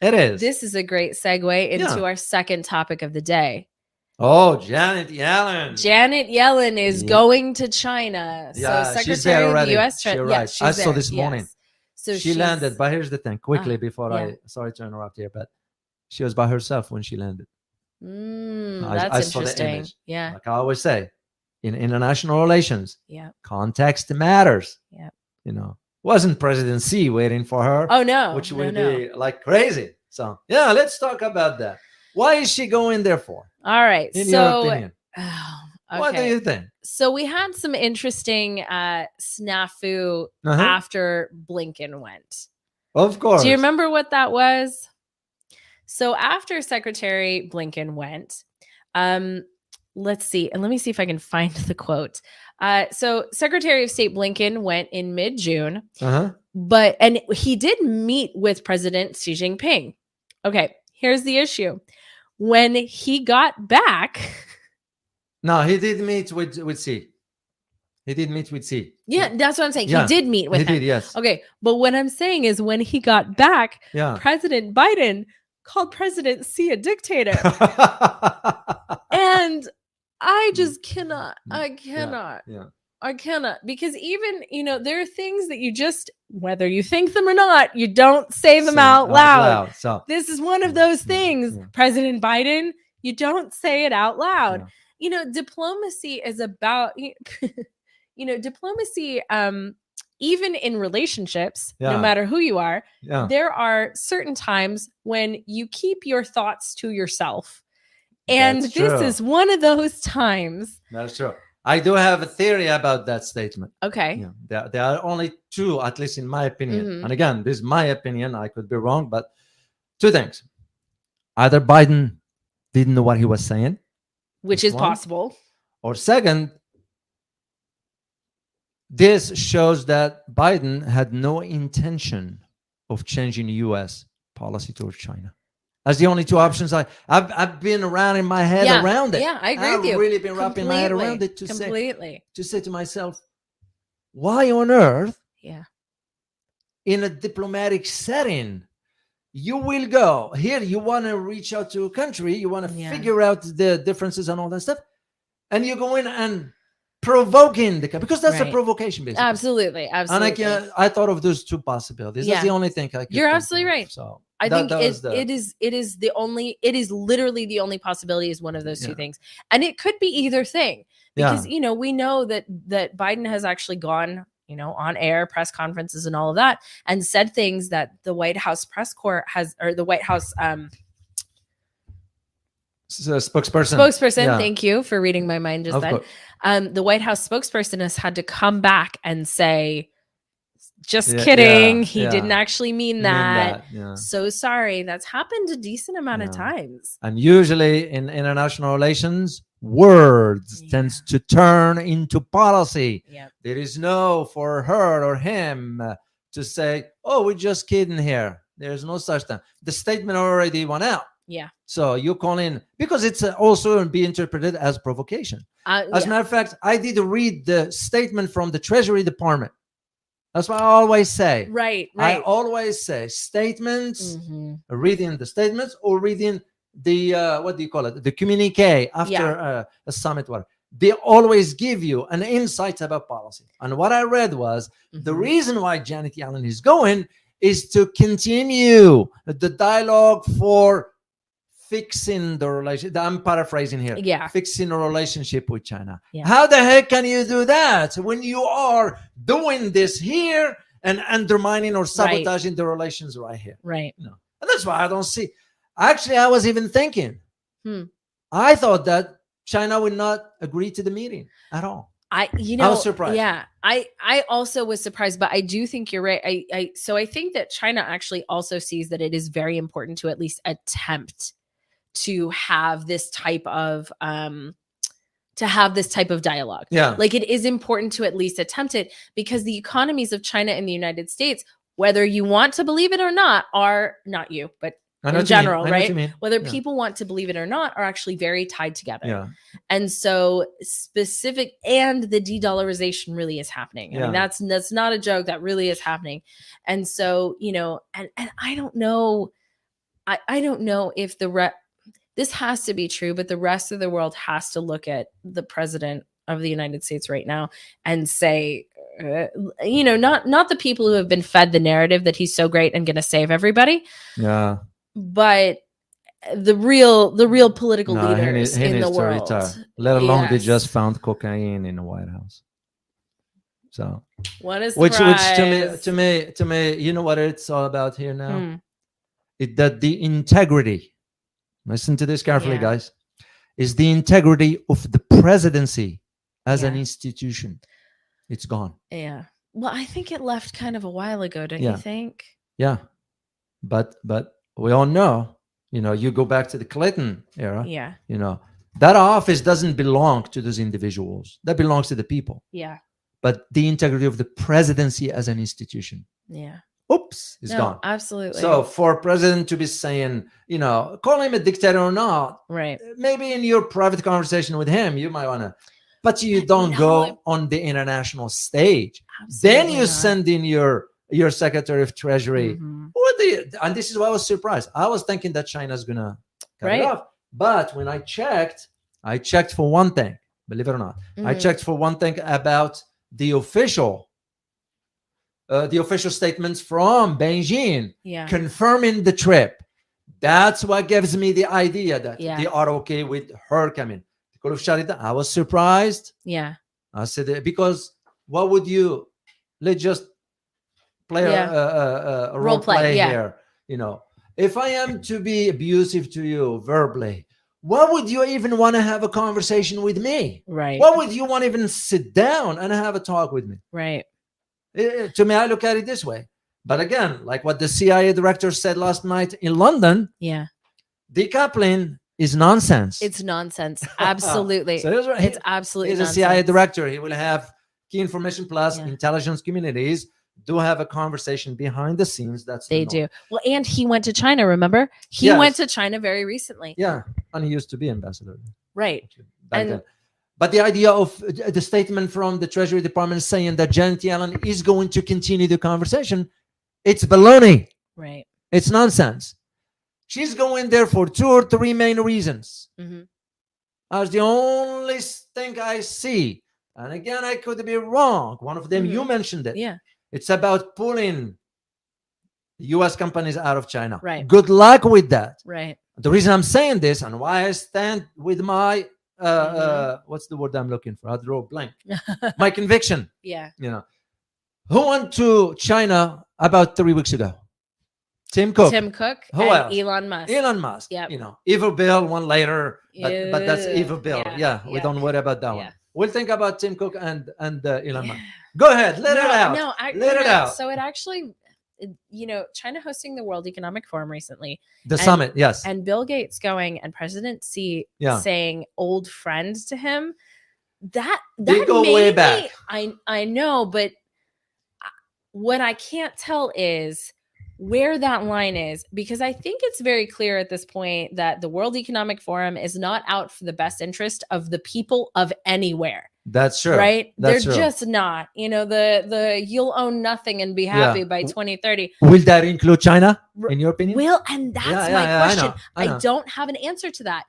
It is. This is a great segue into Yeah. our second topic of the day. oh, Janet Yellen. Janet Yellen is Yeah. going to China. Mm. Yeah, so Secretary she's there of already. the U.S. Tre- She yeah, arrived. I she's saw there, this morning. yes. So she she's- Ah, landed, but here's the thing quickly before yeah. I, sorry to interrupt here, but she was by herself when she landed. Mm, I- that's I saw the interesting. image. Uh, Yeah, Like I always say, in international relations, yeah. context matters. Yeah. You know, wasn't President C waiting for her, Oh no, which no, would no. be like crazy. So, yeah, let's talk about that. Why is she going there for? All right. In your so, opinion, oh, what do okay. you think? so we had some interesting uh, snafu Uh-huh. after Blinken went. of course. Uh, Do you remember what that was? So after Secretary Blinken went, um, let's see, and let me see if I can find the quote. Uh, so Secretary of State Blinken went in mid June, Uh-huh. but and he did meet with President Xi Jinping. Okay, here's the issue: when he got back, No, he did meet with with C. He did meet with C. yeah, that's what I'm saying. Yeah, he did meet with he him. did. Yes. Okay, but what I'm saying is when he got back, Yeah. President Biden called President Xi a dictator. and I just cannot. Mm, I cannot. Mm-hmm. yeah. I cannot because even you know there are things that you just whether you think them or not, you don't say them So, out loud. So This is one of those yeah, things, yeah. President Biden. You don't say it out loud. Yeah. You know, diplomacy is about you know diplomacy. Um, even in relationships, no Yeah. matter who you are, yeah. there are certain times when you keep your thoughts to yourself. And That's this true. is one of those times. That's true. I do have a theory about that statement. Okay. Yeah, there, there are only two, at least in my opinion. Mhm. And again, this is my opinion. I could be wrong, but two things. Either Biden didn't know what he was saying, Which This is one? possible. or second, this shows that Biden had no intention of changing US policy towards China. That's the only two options I, I've, I've been around in my head yeah. around it. Yeah, I agree I've with you. really been wrapping my head around Completely. it to say Completely. to say to myself, why on earth, Yeah. in a diplomatic setting, you will go here, you want to reach out to a country, you want to Yeah. figure out the differences and all that stuff, and you go in and provoking the country because that's a Right. provocation, basically. Absolutely. And I Absolutely. can, I thought of those two possibilities. That's Yeah. the only thing I. Could You're think absolutely of, right. So I that- think that was it, the- it is it is the only it is literally the only possibility is one of those two Yeah. things. And it could be either thing. yeah. Because you know, we know that that Biden has actually gone, you know, on air press conferences and all of that and said things that the White House press corps has or the White House um So, uh, spokesperson. spokesperson Yeah. thank you for reading my mind just Of then course. um the white house spokesperson has had to come back and say just Yeah, yeah, kidding he yeah. didn't actually mean Mean that, that, yeah. so sorry that's happened a decent amount of Yeah. times and usually in international relations words Yeah. tends to turn into policy yeah there is no for her or him uh, to say oh we're just kidding here there's no such thing the statement already went out Yeah. so you call in because it's uh, also be interpreted as provocation uh, as a yeah. matter of fact i did read the statement from the treasury department that's what i always say right i right always say statements Mhm. reading the statements or reading the uh, what do you call it the communique after uh, a summit whatever they always give you an insight about policy and what i read was the Mhm. reason why janet yellen is going is to continue the dialogue for fixing the relationship i'm paraphrasing here yeah fixing a relationship with China. Yeah. How the heck can you do that when you are doing this here and undermining or sabotaging the relations right here? right And that's why I don't see. Actually, I was even thinking. Hmm. I thought that China would not agree to the meeting at all. I you I know was surprised. Yeah. I I also was surprised, but I do think you're right. I I so I think that China actually also sees that it is very important to at least attempt to have this type of um to have this type of dialogue. Yeah. Like it is important to at least attempt it because the economies of China and the United States, whether you want to believe it or not, are not you, but I in know what you mean. general, I know what right? you mean. whether Yeah. people want to believe it or not, are actually very tied together. Yeah. And so specific and the de-dollarization really is happening. I Yeah. mean, that's that's not a joke. That really is happening. And so, you know, and and I don't know. I, I don't know if the re- this has to be true, but the rest of the world has to look at the president of the United States right now and say, uh, you know, not not the people who have been fed the narrative that he's so great and going to save everybody, Yeah. but the real the real political Nah, he leaders needs- he in the needs to world. retire. Let alone they Yes. just found cocaine in the White House. So What is which which to me to me to me, you know what it's all about here now? Hmm. It that the integrity. Listen to this carefully, Yeah. guys. Is the integrity of the presidency as an Yeah. institution. It's gone. Yeah. Well, I think it left kind of a while ago, don't Yeah. you think? Yeah. But but we all know, you know, you go back to the Clinton era, Yeah. you know, that office doesn't belong to those individuals. That belongs to the people. Yeah. But the integrity of the presidency as an institution. Yeah. Oops, it's no, gone. Absolutely. So for a president to be saying, you know, call him a dictator or not, right. maybe in your private conversation with him, you might wanna but you don't No, I'm- go on the international stage. Then Absolutely you not. send in your your secretary of treasury Mhm. what do you and this is why i was surprised i was thinking that china's gonna cut Right. it off but when i checked i checked for one thing believe it or not i Mhm. checked for one thing about the official uh, the official statements from beijing Yeah. confirming the trip that's what gives me the idea that Yeah. they are okay with her coming they could have shut it down i was surprised Yeah. I said uh, because what would you let's just play a- Yeah. a, a, a, a Role role play, play, yeah. here. You know, if I am to be abusive to you verbally, why would you even want to have a conversation with me? Right. Why would you want to even sit down and have a talk with me? right. Eh, to me, I look at it this way. But again, like what the CIA director said last night in London, Yeah. decoupling is nonsense. It's nonsense. Absolutely. so that's right. it's absolutely He's a nonsense. CIA director. He will have key information plus Yeah. intelligence communities do have a conversation behind the scenes. That's the They norm. do. Well, and he went to China, remember? He Yes. went to China very recently. Yeah, and he used to be ambassador Right. back And- then. But the idea of uh, the statement from the Treasury Department saying that Janet Yellen is going to continue the conversation, it's baloney. Right. It's nonsense. She's going there for two or three main reasons. Mhm. As the only s- thing I see, and again, I could be wrong. One of them, Mhm. you mentioned it. Yeah. It's about pulling US companies out of China. Right. Good luck with that. Right. The reason I'm saying this and why I stand with my uh, Mhm. uh what's the word I'm looking for? I draw a blank. my conviction, Yeah. you know. Who went to China about three weeks ago? Tim Cook, Tim Cook Who and else? Elon Musk. Elon Musk, Yep. you know, Evil Bill, one later, but, but that's Ew. Evil Bill. Yeah, Yeah, we yeah. don't worry about that Yeah. one. We'll think about Tim Cook and and uh, Elon Yeah. Musk. Go ahead, let no, it out. No, I, Let no, it out. So it actually, it- you know, China hosting the World Economic Forum recently, The And- summit, yes. and Bill Gates going and President Xi Yeah. saying "old friend" to him. That They that go way made me- back. I I know, but I- what I can't tell is where that line is because I think it's very clear at this point that the World Economic Forum is not out for the best interest of the people of anywhere That's true. right That's they're true. just not you know the the you'll own nothing and be Yeah. happy by 2030 Will that include China, R- in your opinion? will and that's Yeah, my yeah, yeah, I question know, I know. don't have an answer to that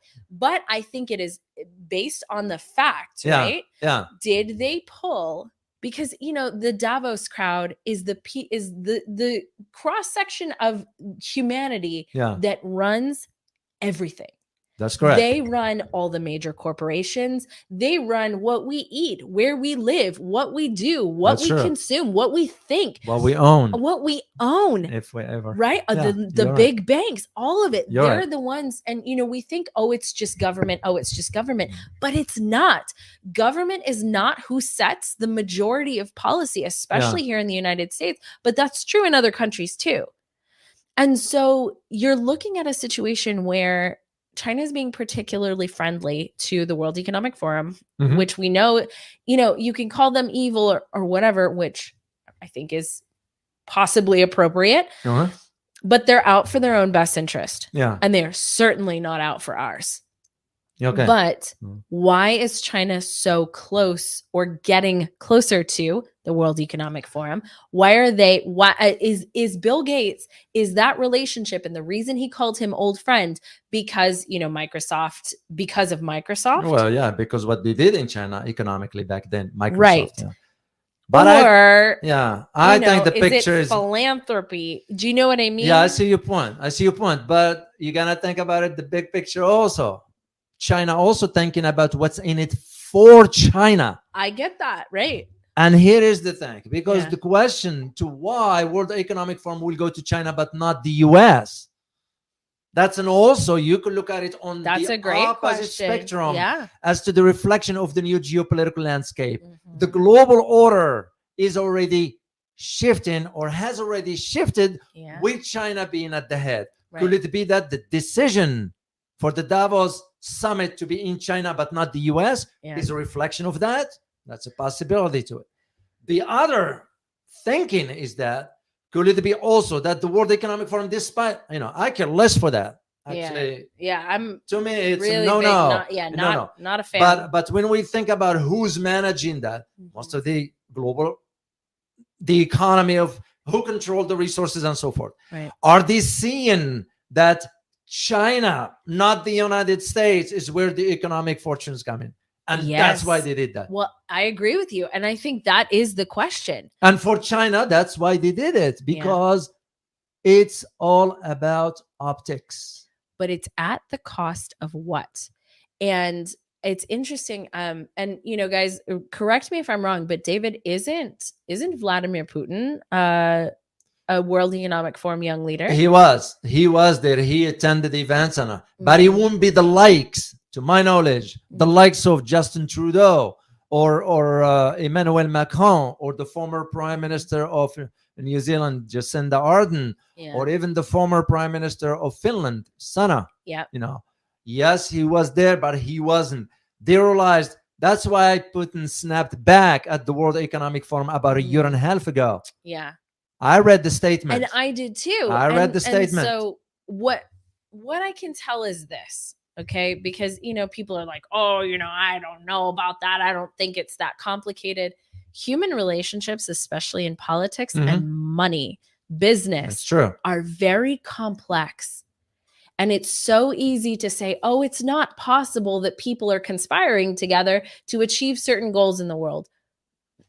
but i think it is eh, based on the fact Yeah. right yeah, did they pull because you know the davos crowd is the p is the the cross section of humanity yeah, that runs everything that's correct. they run all the major corporations. They run what we eat, where we live, what we do, what That's we true. Hmm. consume, what we think, what we own, what we own, if we ever. right? Uh, Yeah, the the you're right. big banks, all of it. You're they're right. the ones and you know we think oh it's just government, oh it's just Mm. government, but it's not. Government is not who sets the majority of policy, especially here in the United States, but that's true in other countries too. And so you're looking at a situation where China is being particularly friendly to the World Economic Forum, Mhm. which we know, you know, you can call them evil or, or whatever, which I think is possibly appropriate, Uh-huh. but they're out for their own best interest. Yeah, And they are certainly not out for ours. Okay. But Mm. why is China so close or getting closer to the World Economic Forum? Why are they why uh, is is Bill Gates is that relationship and the reason he called him old friend because, you know, Microsoft because of Microsoft? well, yeah, because what they did in China economically back then, Microsoft. Right. yeah. But I, or yeah, you I think know, the picture it is. philanthropy. Do you know what I mean? Yeah, I see your point. I see your point. But you gotta think about it, the big picture also. China also thinking about what's in it for China. I get that, right? And here is the thing, because Yeah. the question to why World Economic Forum will go to China but not the U.S. That's an also you could look at it on That's the a great opposite question. spectrum Yeah. as to the reflection of the new geopolitical landscape. The Mhm. global order is already shifting or has already shifted yeah. with China being at the head. right. Could it be that the decision for the Davos summit to be in China but not the US Yeah. is a reflection of that? That's a possibility to it. The other thinking is that could it be also that the World Economic Forum, despite, you know, I care less for that. Yeah. Actually, yeah, I'm to me, it's really no, big, no. Not, yeah, No, not no. not a fan. Mm-hmm. but but when we think about who's managing that, most of the global the economy of who control the resources and so forth Right. are they seeing that china not the united states is where the economic fortunes come in and that's why Yes. they did that well, I agree with you, and I think that is the question. and for china that's why they did it Yeah. because it's all about optics But it's at the cost of what? And it's interesting. Um, and you know, guys, uh, correct me if I'm wrong, but David isn't isn't Vladimir Putin uh, a World Economic Forum young leader? he was he was there he attended events and uh, but he Mhm. won't be the likes to my knowledge the likes of justin trudeau or or uh, emmanuel macron or the former prime minister of new zealand jacinda ardern yeah. or even the former prime minister of finland sana Yeah. you know yes he was there but he wasn't they realized that's why putin snapped back at the world economic forum about a year Mhm. and a half ago yeah. i read the statement and I did too. I read And- the statement. And so what what I can tell is this, okay? Because you know people are like, "Oh, you know, I don't know about that. I don't think it's that complicated." Human relationships, especially in politics Mhm. and money, business it's true are very complex. And it's so easy to say, "Oh, it's not possible that people are conspiring together to achieve certain goals in the world." Mm-hmm.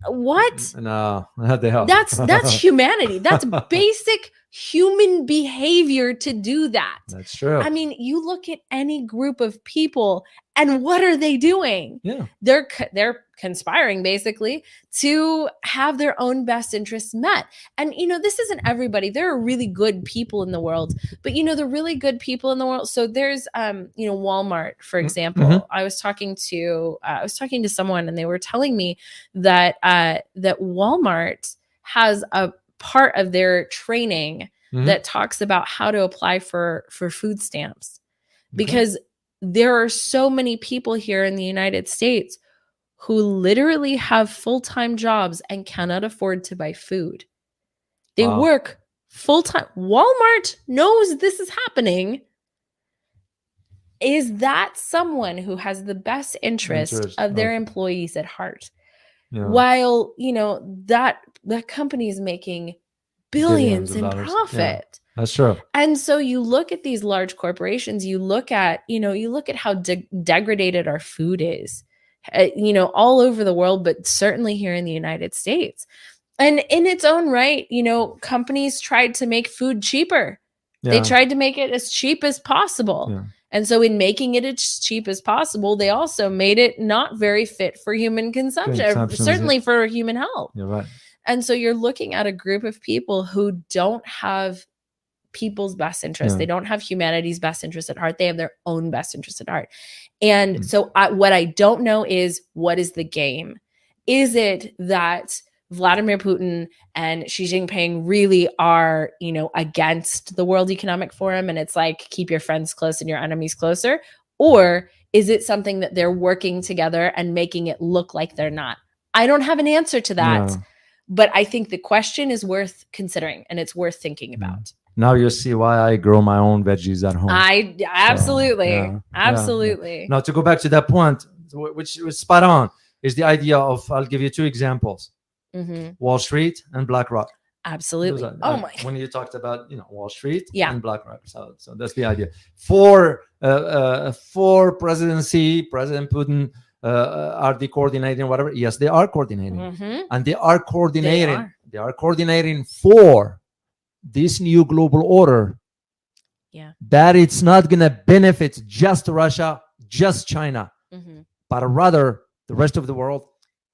What? No, not the hell. That's that's humanity. That's basic human behavior to do that. that's true. I mean, you look at any group of people and what are they doing? yeah, They're co- they're conspiring basically to have their own best interests met. And you know, this isn't everybody. There are really good people in the world, but you know, the really good people in the world. So there's um, you know, Walmart, for Mm, example. mhm. I was talking to uh, I was talking to someone and they were telling me that uh that Walmart has a part of their training Mhm. that talks about how to apply for for food stamps because there are so many people here in the United States who literally have full-time jobs and cannot afford to buy food. They Wow. work full-time. Walmart knows this is happening. Is that someone who has the best interest, Interest of their of- employees at heart? yeah. While, you know, that that company is making Billions billions, of in dollars. Yeah. profit. that's true. And so you look at these large corporations, you look at, you know, you look at how de- degraded our food is, uh, you know, all over the world, but certainly here in the United States. And in its own right, you know, companies tried to make food cheaper. They Yeah. tried to make it as cheap as possible. Yeah. And so, in making it as cheap as possible, they also made it not very fit for human consumption, or Consumption is it. certainly for human health. You're right. And so you're looking at a group of people who don't have people's best interests. Yeah. They don't have humanity's best interest at heart. They have their own best interest at heart. And Mm. so I, what I don't know is what is the game? Is it that Vladimir Putin and Xi Jinping really are, you know, against the World Economic Forum and it's like keep your friends close and your enemies closer? Or is it something that they're working together and making it look like they're not? I don't have an answer to that Yeah. but I think the question is worth considering and it's worth thinking Mm. about. Now you see why I grow my own veggies at home. I absolutely, Oh, yeah, yeah. absolutely. now to go back to that point, wh- which was spot on, is the idea of I'll give you two examples: hmm Wall Street and BlackRock. Those Absolutely. are- Oh uh, my. When you talked about you know Wall Street Yeah. and BlackRock, so so that's the idea. For uh, uh, for presidency, President Putin uh, uh, are they coordinating whatever? Yes, they are coordinating, hmm and they are coordinating. They are. are. coordinating for this new global order. Yeah. that it's not gonna benefit just Russia, just China hmm but rather the rest of the world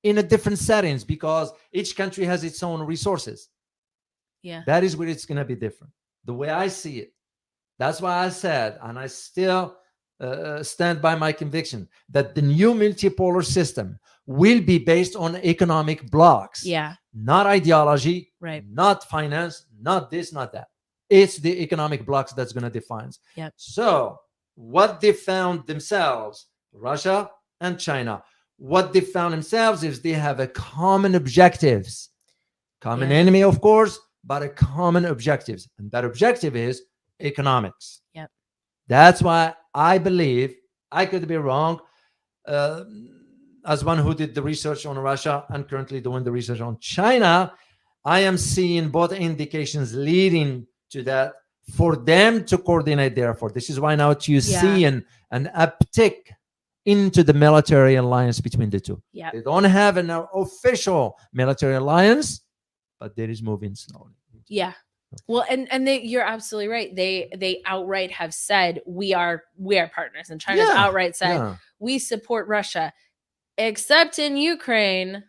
in a different settings because each country has its own resources. Yeah. That is where it's going to be different. The way I see it. That's why I said, and I still uh, stand by my conviction that the new multipolar system will be based on economic blocks, Yeah. not ideology, Right. not finance, not this, not that. It's the economic blocks that's going to define. Yep. So, what they found themselves, Russia and China, what they found themselves is they have a common objectives, common Yeah. enemy, of course, but a common objectives, and that objective is economics. Yep. That's why I believe I could be wrong. Uh, as one who did the research on Russia and currently doing the research on China, I am seeing both indications leading to that for them to coordinate their effort. This is why now you Yeah. see an, an uptick into the military alliance between the two. Yeah. They don't have an uh, official military alliance, but there is moving slowly. Yeah. Well, and and they, you're absolutely right. They they outright have said we are we are partners, and China's Yeah. outright said Yeah. we support Russia, except in Ukraine.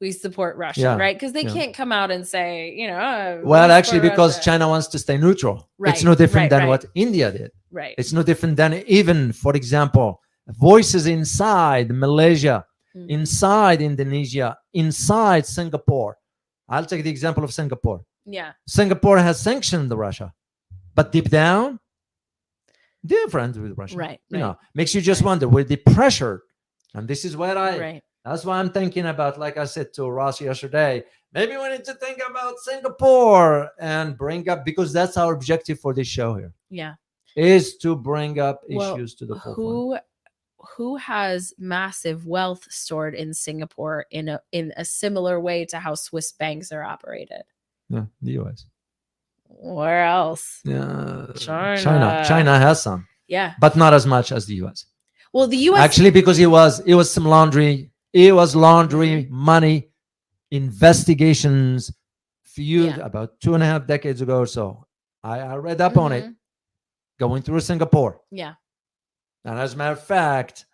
We support Russia, Yeah. right? Because they Yeah. can't come out and say, you know, "Oh, we Well, support actually, because Russia." China wants to stay neutral, Right, it's no different right, than what right. India did. right? It's no different than even, for example, voices inside Malaysia, Mm. inside Indonesia, inside Singapore. I'll take the example of Singapore. yeah, Singapore has sanctioned Russia, but deep down, they're friends with Russia. right, You right, know, makes you just Right. wonder were they pressured? And this is where I right. that's why I'm thinking about, like I said to Ross yesterday, maybe we need to think about Singapore and bring up because that's our objective for this show here Yeah. is to bring up Well, issues to the forefront. Who who has massive wealth stored in Singapore in a in a similar way to how Swiss banks are operated? Yeah, the US. Where else? Yeah, China. China. China has some, Yeah. but not as much as the US. Well, the U.S. Actually, because it was it was some laundry, it was laundry money investigations few Yeah. about two and a half decades ago or so. I, I read up on it Mhm. going through Singapore. Yeah. And as a matter of fact,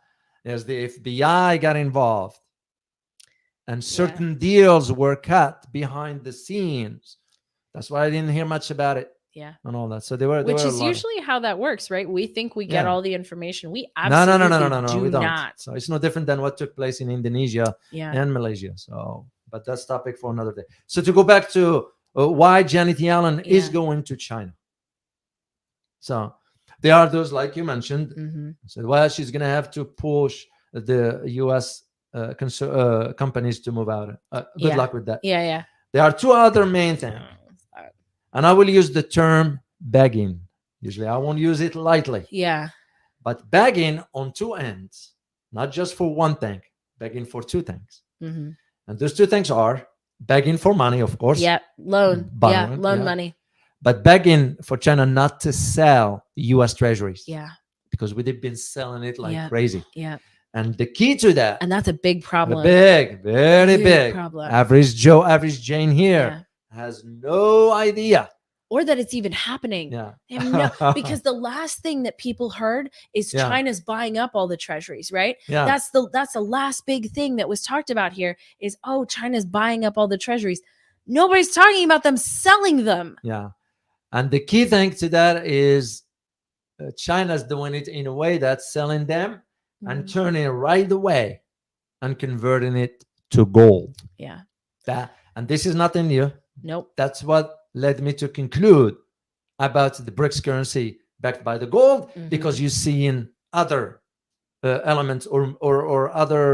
as the FBI got involved and certain deals were cut behind the scenes. That's why I didn't hear much about it Yeah. and all that. So they were, there Which were a is lot of- usually how that works, right? We think we get Yeah. all the information. We no, no, absolutely no, no, no, no, no, do we don't. not. So it's no different than what took place in Indonesia Yeah. and Malaysia. So, but that's topic for another day. So to go back to uh, why Janet Yellen is Yeah. going to China. So there are those, like you mentioned, hmm said, well, she's going to have to push the U.S. Uh, cons- uh, companies to move out. Uh, good Yeah. luck with that. Yeah. Yeah. There are two other main things, and I will use the term begging. Usually, I won't use it lightly, Yeah. but begging on two ends, not just for one thing, begging for two things. hmm And those two things are begging for money, of course, Yeah. Loan. yeah. Borrowing, Loan yeah. money. but begging for China not to sell U.S. treasuries Yeah. because we've been selling it like Yeah. crazy. Yeah. And the key to that And that's a big A problem. Big, very Huge big. problem. Average Joe, average Jane Yeah. here has no idea. Or that it's even happening. Yeah. They have no- because the last thing that people heard is Yeah. China's buying up all the treasuries, right? yeah. That's the that's the last big thing that was talked about here is oh, China's buying up all the treasuries. Nobody's talking about them selling them. yeah. And the key thing to that is uh, China's doing it in a way that's selling them Mm, and turning it right away and converting it to gold. yeah. That and this is nothing new. Nope. That's what led me to conclude about the BRICS currency backed by the gold, Mhm. because you see in other uh, elements or or or other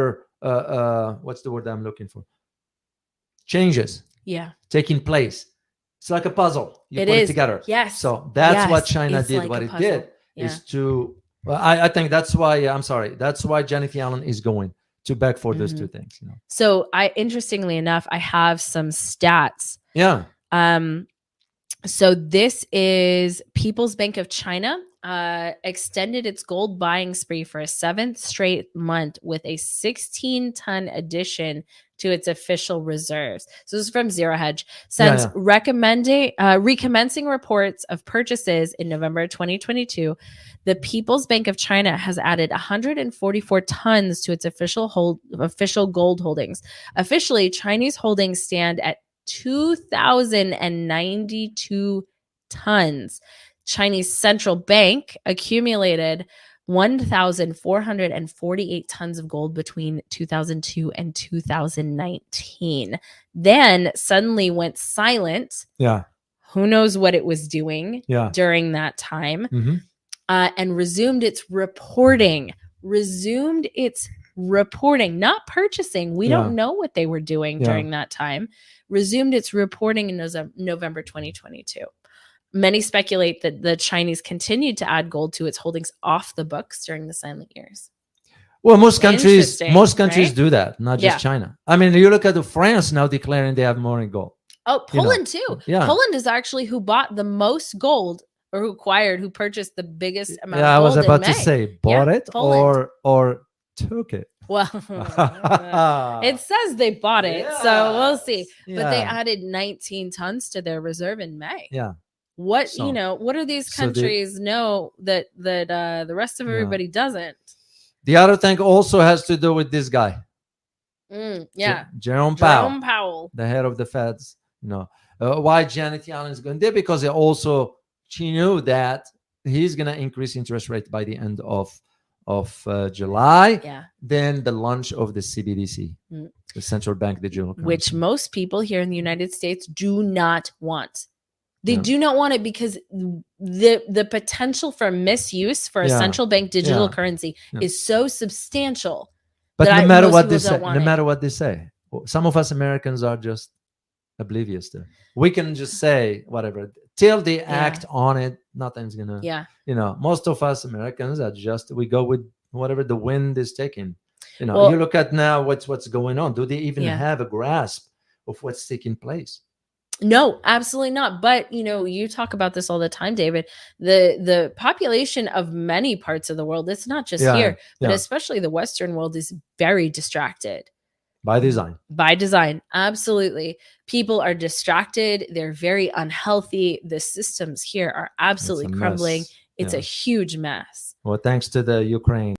uh, uh, what's the word I'm looking for? Changes Yeah. taking place It's like a puzzle. You It put is. it together. Yes. So that's Yes. what China It's did. like what a it puzzle. did yeah. is to. Well, I, I think that's why. I'm sorry. That's why Jennifer Allen is going to back for those Mhm. two things. You know. So I interestingly enough, I have some stats. Yeah. Um so this is People's Bank of China uh extended its gold buying spree for a seventh straight month with a 16 ton addition to its official reserves. So this is from Zero Hedge. Yeah, Since yeah. recommending uh, recommencing reports of purchases in November 2022, the People's Bank of China has added 144 tons to its official hold official gold holdings. Officially, Chinese holdings stand at 2,092 tons. Chinese central bank accumulated 1,448 tons of gold between 2002 and 2019. Then suddenly went silent. Yeah. Who knows what it was doing Yeah. during that time? Mm-hmm. uh, and resumed its reporting. Resumed its reporting, not purchasing. We don't know what they were doing Yeah. during that time. Resumed its reporting in Nose- November 2022. Many speculate that the Chinese continued to add gold to its holdings off the books during the silent years. Well, most countries, Interesting, most countries right? do that, not just Yeah. China. I mean, you look at the France now declaring they have more in gold. Oh, You know, Poland too. yeah. Poland is actually who bought the most gold or who acquired, who purchased the biggest amount yeah, I of gold. was about in to May. say bought it Poland. or or took it. Well, it says they bought it, so we'll see. But they Yeah. added 19 tons to their reserve in May. Yeah. What So- you know, what do these so they- countries know that that uh the rest of Yeah. everybody doesn't? The other thing also has to do with this guy. Mm, Jer- yeah. Jerome Powell, Jerome Powell. the head of the Feds. You know uh, why Janet Yellen is going there because they also she knew that he's going to increase interest rate by the end of of uh, July. Yeah. Then the launch of the CBDC, Mm. the central bank digital. Which currency. most people here in the United States do not want. They Yeah. do not want it because the the potential for misuse for a Yeah. central bank digital Yeah. currency Yeah. is so substantial. but that no I- matter most what they people don't say, want no it. matter what they say, w- some of us Americans are just oblivious to. it. We can just say whatever till they act on it. Nothing's gonna. Yeah. You know, most of us Americans are just we go with whatever the wind is taking. You know, Well- you look at now what's what's going on. Do they even Yeah. have a grasp of what's taking place? No, absolutely not. But you know, you talk about this all the time, David. The the population of many parts of the world, it's not just Yeah, here, but yeah. especially the Western world is very distracted By design. by design. Absolutely. People are distracted, they're very unhealthy. The systems here are It's absolutely a crumbling. mess. It's a yeah. huge mess. Well, thanks to the Ukraine.